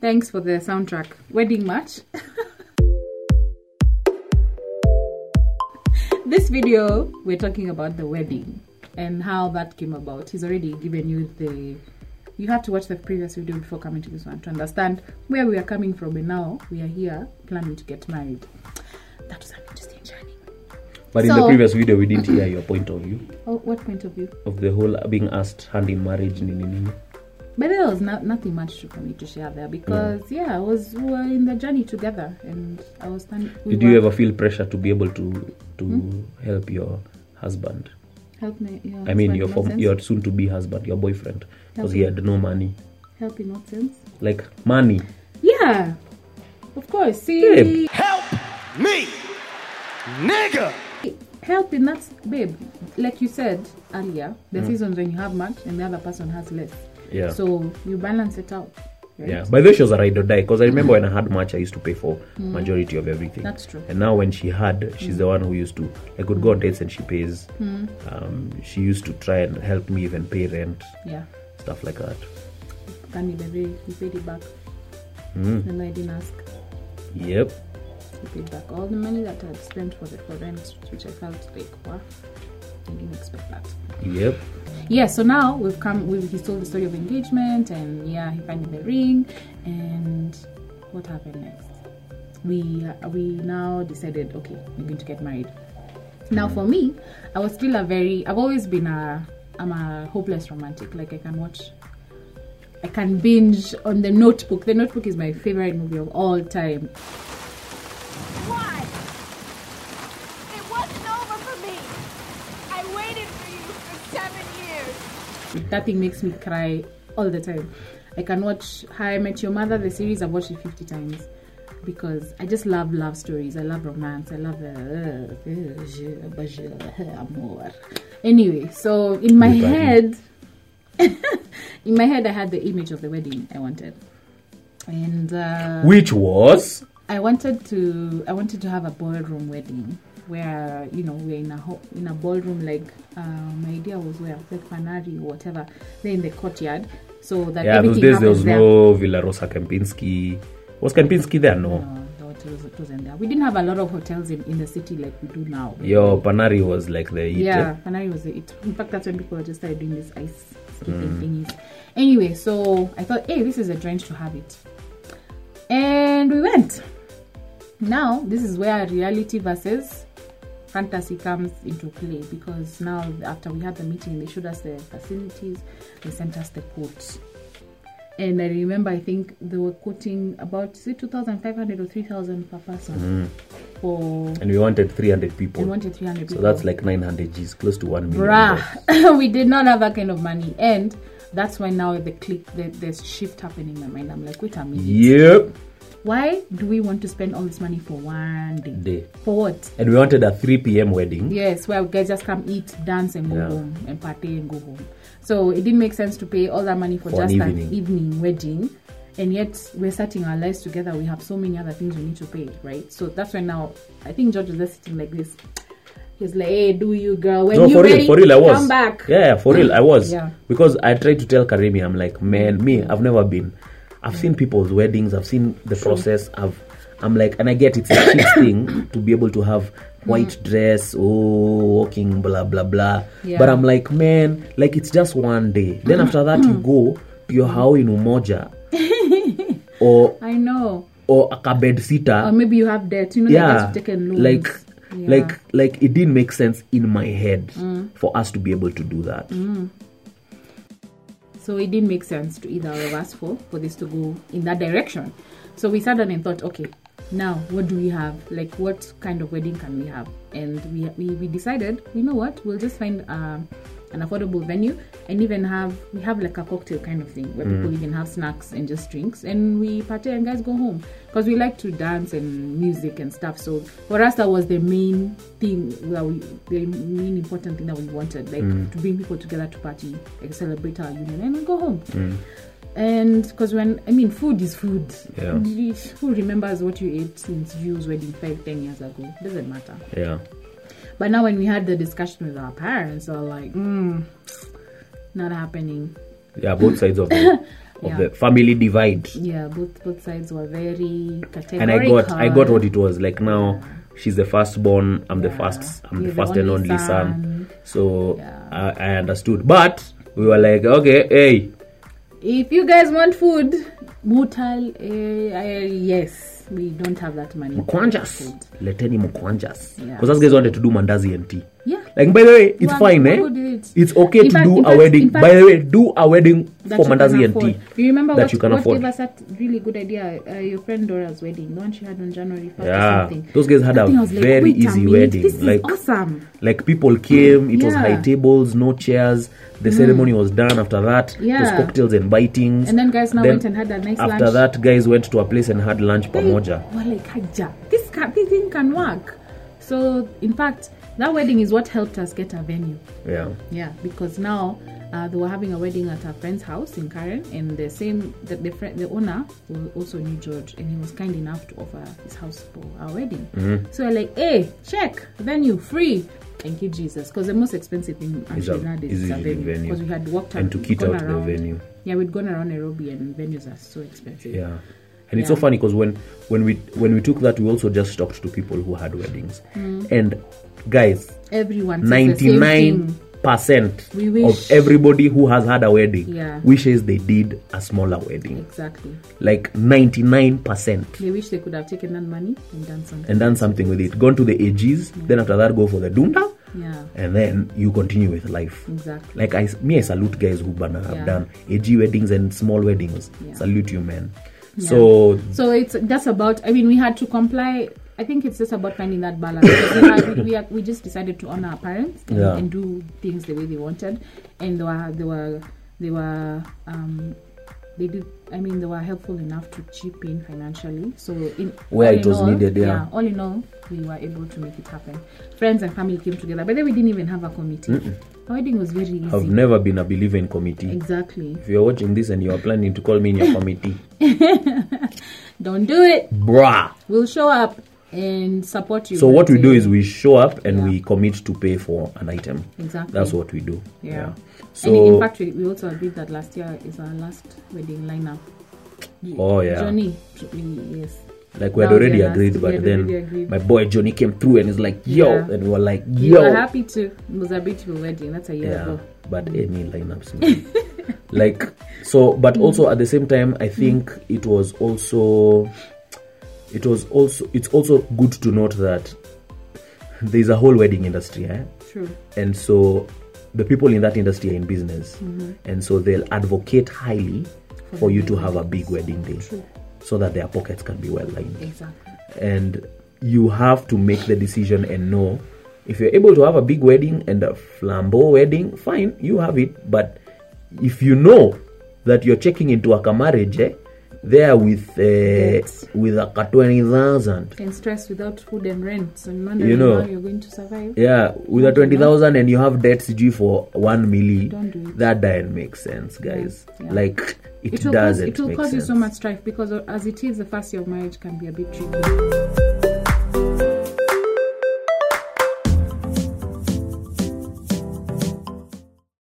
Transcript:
Thanks for the soundtrack. Wedding match. this video, we're talking about the wedding and how that came about. He's already given you the. You have to watch the previous video before coming to this one to understand where we are coming from, and now we are here planning to get married. That was an interesting journey. But in the So- previous video, we didn't hear your point of view Oh, what point of view? of the whole being asked hand in marriage. Nini, nini. But there was no, nothing much for me to share there because yeah, I was we were in the journey together, and I was standing. We Did were, you ever feel pressure to be able to to help your husband? help me? Your I mean, husband your in what form, sense? your soon to be husband, your boyfriend, because he Okay. had no money. help in what sense? Like money. Yeah, of course. See, Babe. Help me, nigga. help in that, babe. Like you said earlier, the seasons when you have much and the other person has less. Mm. Yeah. So you balance it out. Right? Yeah. By the way, she was a ride or die because I remember when I had much, I used to pay for majority of everything. Hmm. That's Hmm. true. And now when she had, she's the one who used to. I could Hmm. go on dates and she pays. Um, she used to try and help me even pay rent, Yeah. stuff like that. Can you baby? You paid it back. And I didn't ask. Hmm. Yep. to pay back all the money that I had spent for the for rent, which I felt like wow, I didn't expect that. Yep. Yeah, so now we've come. We've, he told the story of engagement, and yeah, he found the ring, and what happened next? We uh, we now decided, okay, we're going to get married. Now for me, I was still a very. I've always been a. I'm a hopeless romantic. Like I can watch I can binge on The Notebook. The Notebook is my favorite movie of all time. Why? It wasn't over for me. I waited for you for seven years. That thing makes me cry all the time. I can watch How I Met Your Mother, the series, I've watched it 50 times because I just love love stories. I love romance. I love the. amor. Anyway, so in my You got me. head, in my head, I had the image of the wedding I wanted. And. Uh, Which was I wanted to I wanted to have a ballroom wedding where you know we're in a ho- in a ballroom like uh, my idea was where like Panari or whatever they're in the courtyard so that yeah. Those everything days there happens was there. no Villa Rosa Kempinski. Was Kempinski there? No. No, no, it Uh, was- it wasn't there. We didn't have a lot of hotels in, in the city like we do now. Yo, Panari was like the eater. Yeah, Panari was it. In fact, that's when people just started doing this ice skating Mm. thingies. Anyway, so I thought, hey, this is a joint to have it, and we went. Now this is where reality versus fantasy comes into play because now after we had the meeting, they showed us the facilities, they sent us the quotes. And I remember, I think they were quoting about say two thousand five hundred or three thousand per person for And we wanted 300 people. they wanted three hundred. Mm. so that's like 900 G's, close to 1 million. dollars. bruh we did not have that kind of money and that's why now the click the, the shift happened in my mind i'm like wait a minute Yep. why do we want to spend all this money for one day, Day. for what And we wanted a 3 p.m. wedding. yes where guys just come eat dance and go Yeah. home and party and go home so it didn't make sense to pay all that money for, For an just an evening. evening. wedding and yet we're starting our lives together we have so many other things we need to pay right so that's why now i think george was just sitting like this he's like hey do you girl when no, you for ready real, for real, I was. come back Yeah, yeah, for real, I was. Yeah. Mm. Because I tried to tell Karimi, I'm like, man, me, I've never been. I've seen people's weddings, I've seen the process. I've, I'm like, and I get it's a shit thing to be able to have Mm. white dress, oh, walking, blah blah blah. Yeah. Mm. But I'm like, man, like it's just one day. Then after that, you go to your house in Umoja, or I know. or a kabed sitter, Or maybe you have debt. You know, yeah. yeah that taken loans. like Yeah. Mm. like like it didn't make sense in my head for us to be able to do that So it didn't make sense to either of us for for this to go in that direction. So we sat down and thought, okay, now what do we have? Like, what kind of wedding can we have? And we we, we decided, you know what? We'll just find um, an affordable venue and even have we have like a cocktail kind of thing where Mm. people even have snacks and just drinks and we party and guys go home because we like to dance and music and stuff. So for us that was the main thing that we the main important thing that we wanted, like to bring people together to party, like celebrate our union and we go home. And because when I mean food is food, Yeah. You- who remembers what you ate since Jew's wedding five ten years ago? Doesn't matter. yeah But now when we had the discussion with our parents, they were like, mm, "Hmm, not happening. yeah both sides of it of Yeah. the family divide. yeah both both sides were very categorical and I got I got what it was like. Now she's the firstborn. I'm the Yeah. first. I'm You're the the first and only only son. son. So Yeah. I, I understood. But we were like, okay, hey, if you guys want food mutal eh, eh, yes we don't have that money mkwanjas, leteni mkwanjas, Yeah. because us guys wanted to do mandazi and tea. yeah Like by the way, it's One- fine, eh? who did it? It's okay In to fact- do in a fact- in wedding. fact- by the way, do a wedding that you for can mandazi and afford. tea. You remember that what, you can what afford. gave us that really good idea? Uh, your friend Dora's wedding, the one she had on January 1st Yeah. or something. Those guys had That a thing, I was like, very "Wait a easy minute, wedding, This is like- awesome. like people came it was Yeah. high tables no chairs the ceremony was done after that Yeah. it was cocktails and bitings And then guys now went and had a nice after lunch. that guys went to a place and had lunch They pamoja were like, "Haja, this, can, this thing can work. So, in fact, that wedding is what helped us get a venue. yeah Yeah, because now uh, they were having a wedding at a friend's house in Karen, and the same the the, friend, the owner who also knew George, and he was kind enough to offer his house for our wedding. Mm-hmm. So we're like, hey, check venue free. Thank you, Jesus, because the most expensive thing Is a- actually nowadays is is a usually venue venue. because we had walked And up- to kit gone out the around- venue. Yeah, we'd gone around Nairobi, and venues are so expensive. yeah and it's Yeah. so funny because when when we when we took that we also just talked to people who had weddings Hmm. and guys everyone says the same 99 thing. percent We wish- of everybody who has had a wedding Yeah. wishes they did a smaller wedding Exactly. like 99 percent They wish they could have taken that money and done something. and done something with it. Gone to the AGs, then after that go for the Dunda, Yeah. and then you continue with life. Exactly. Like I, s- me, I salute guys who bana have Yeah. done AG weddings and small weddings. Yeah. Salute you, man. So So it's just about. I mean, we had to comply. I think it's just about finding that balance. we, had, we, had, we just decided to honor our parents and, Yeah. and do things the way they wanted, and they were they were they were um, they did. I mean, they were helpful enough to chip in financially. So in Where all it in was all- needed, yeah. All in all, we were able to make it happen. Friends and family came together, but then we didn't even have a committee. Our wedding was very easy. I've never been a believer in committee. exactly. If you're watching this and you're planning to call me in your committee, Don't do it. brah. We'll show up and support you. So what we do Exactly. is we show up and Yeah. we commit to pay for an item. Exactly. That's what we do. Yeah. So and in fact, we, we also agreed that last year is our last wedding lineup. Oh, yeah. Johnny, tr- we- yes. Like we had That was already your last- agreed, we but had then already agreed. my boy Johnny came through and he's like, "Yo," Yeah. and we were like, We "Yo." were happy to. It was a beautiful wedding. That's Mm-hmm. a year yeah, ago. but any lineups, man. like so. Mm-hmm. But also at the same time, I think it was also, it was also, it's also good to note that there's a whole wedding industry, eh? True. and so the people in that industry are in business and so they'll advocate highly for, you to have a big wedding day True. so that their pockets can be well lined Exactly. and you have to make the decision and know if you're able to have a big wedding and a flambeau wedding fine you have it but if you know that you're checking into a marriage there with uh, with a 20000 And stress without food and rent. So you You know. know how you're going to survive. yeah with a 20000 and you have debt cg for 1 milli Don't do it. that doesn't make sense guys Yeah. like it, It will cause, doesn't it will make cause you sense so much strife because, uh, as it is, the first year of marriage can be a bit tricky.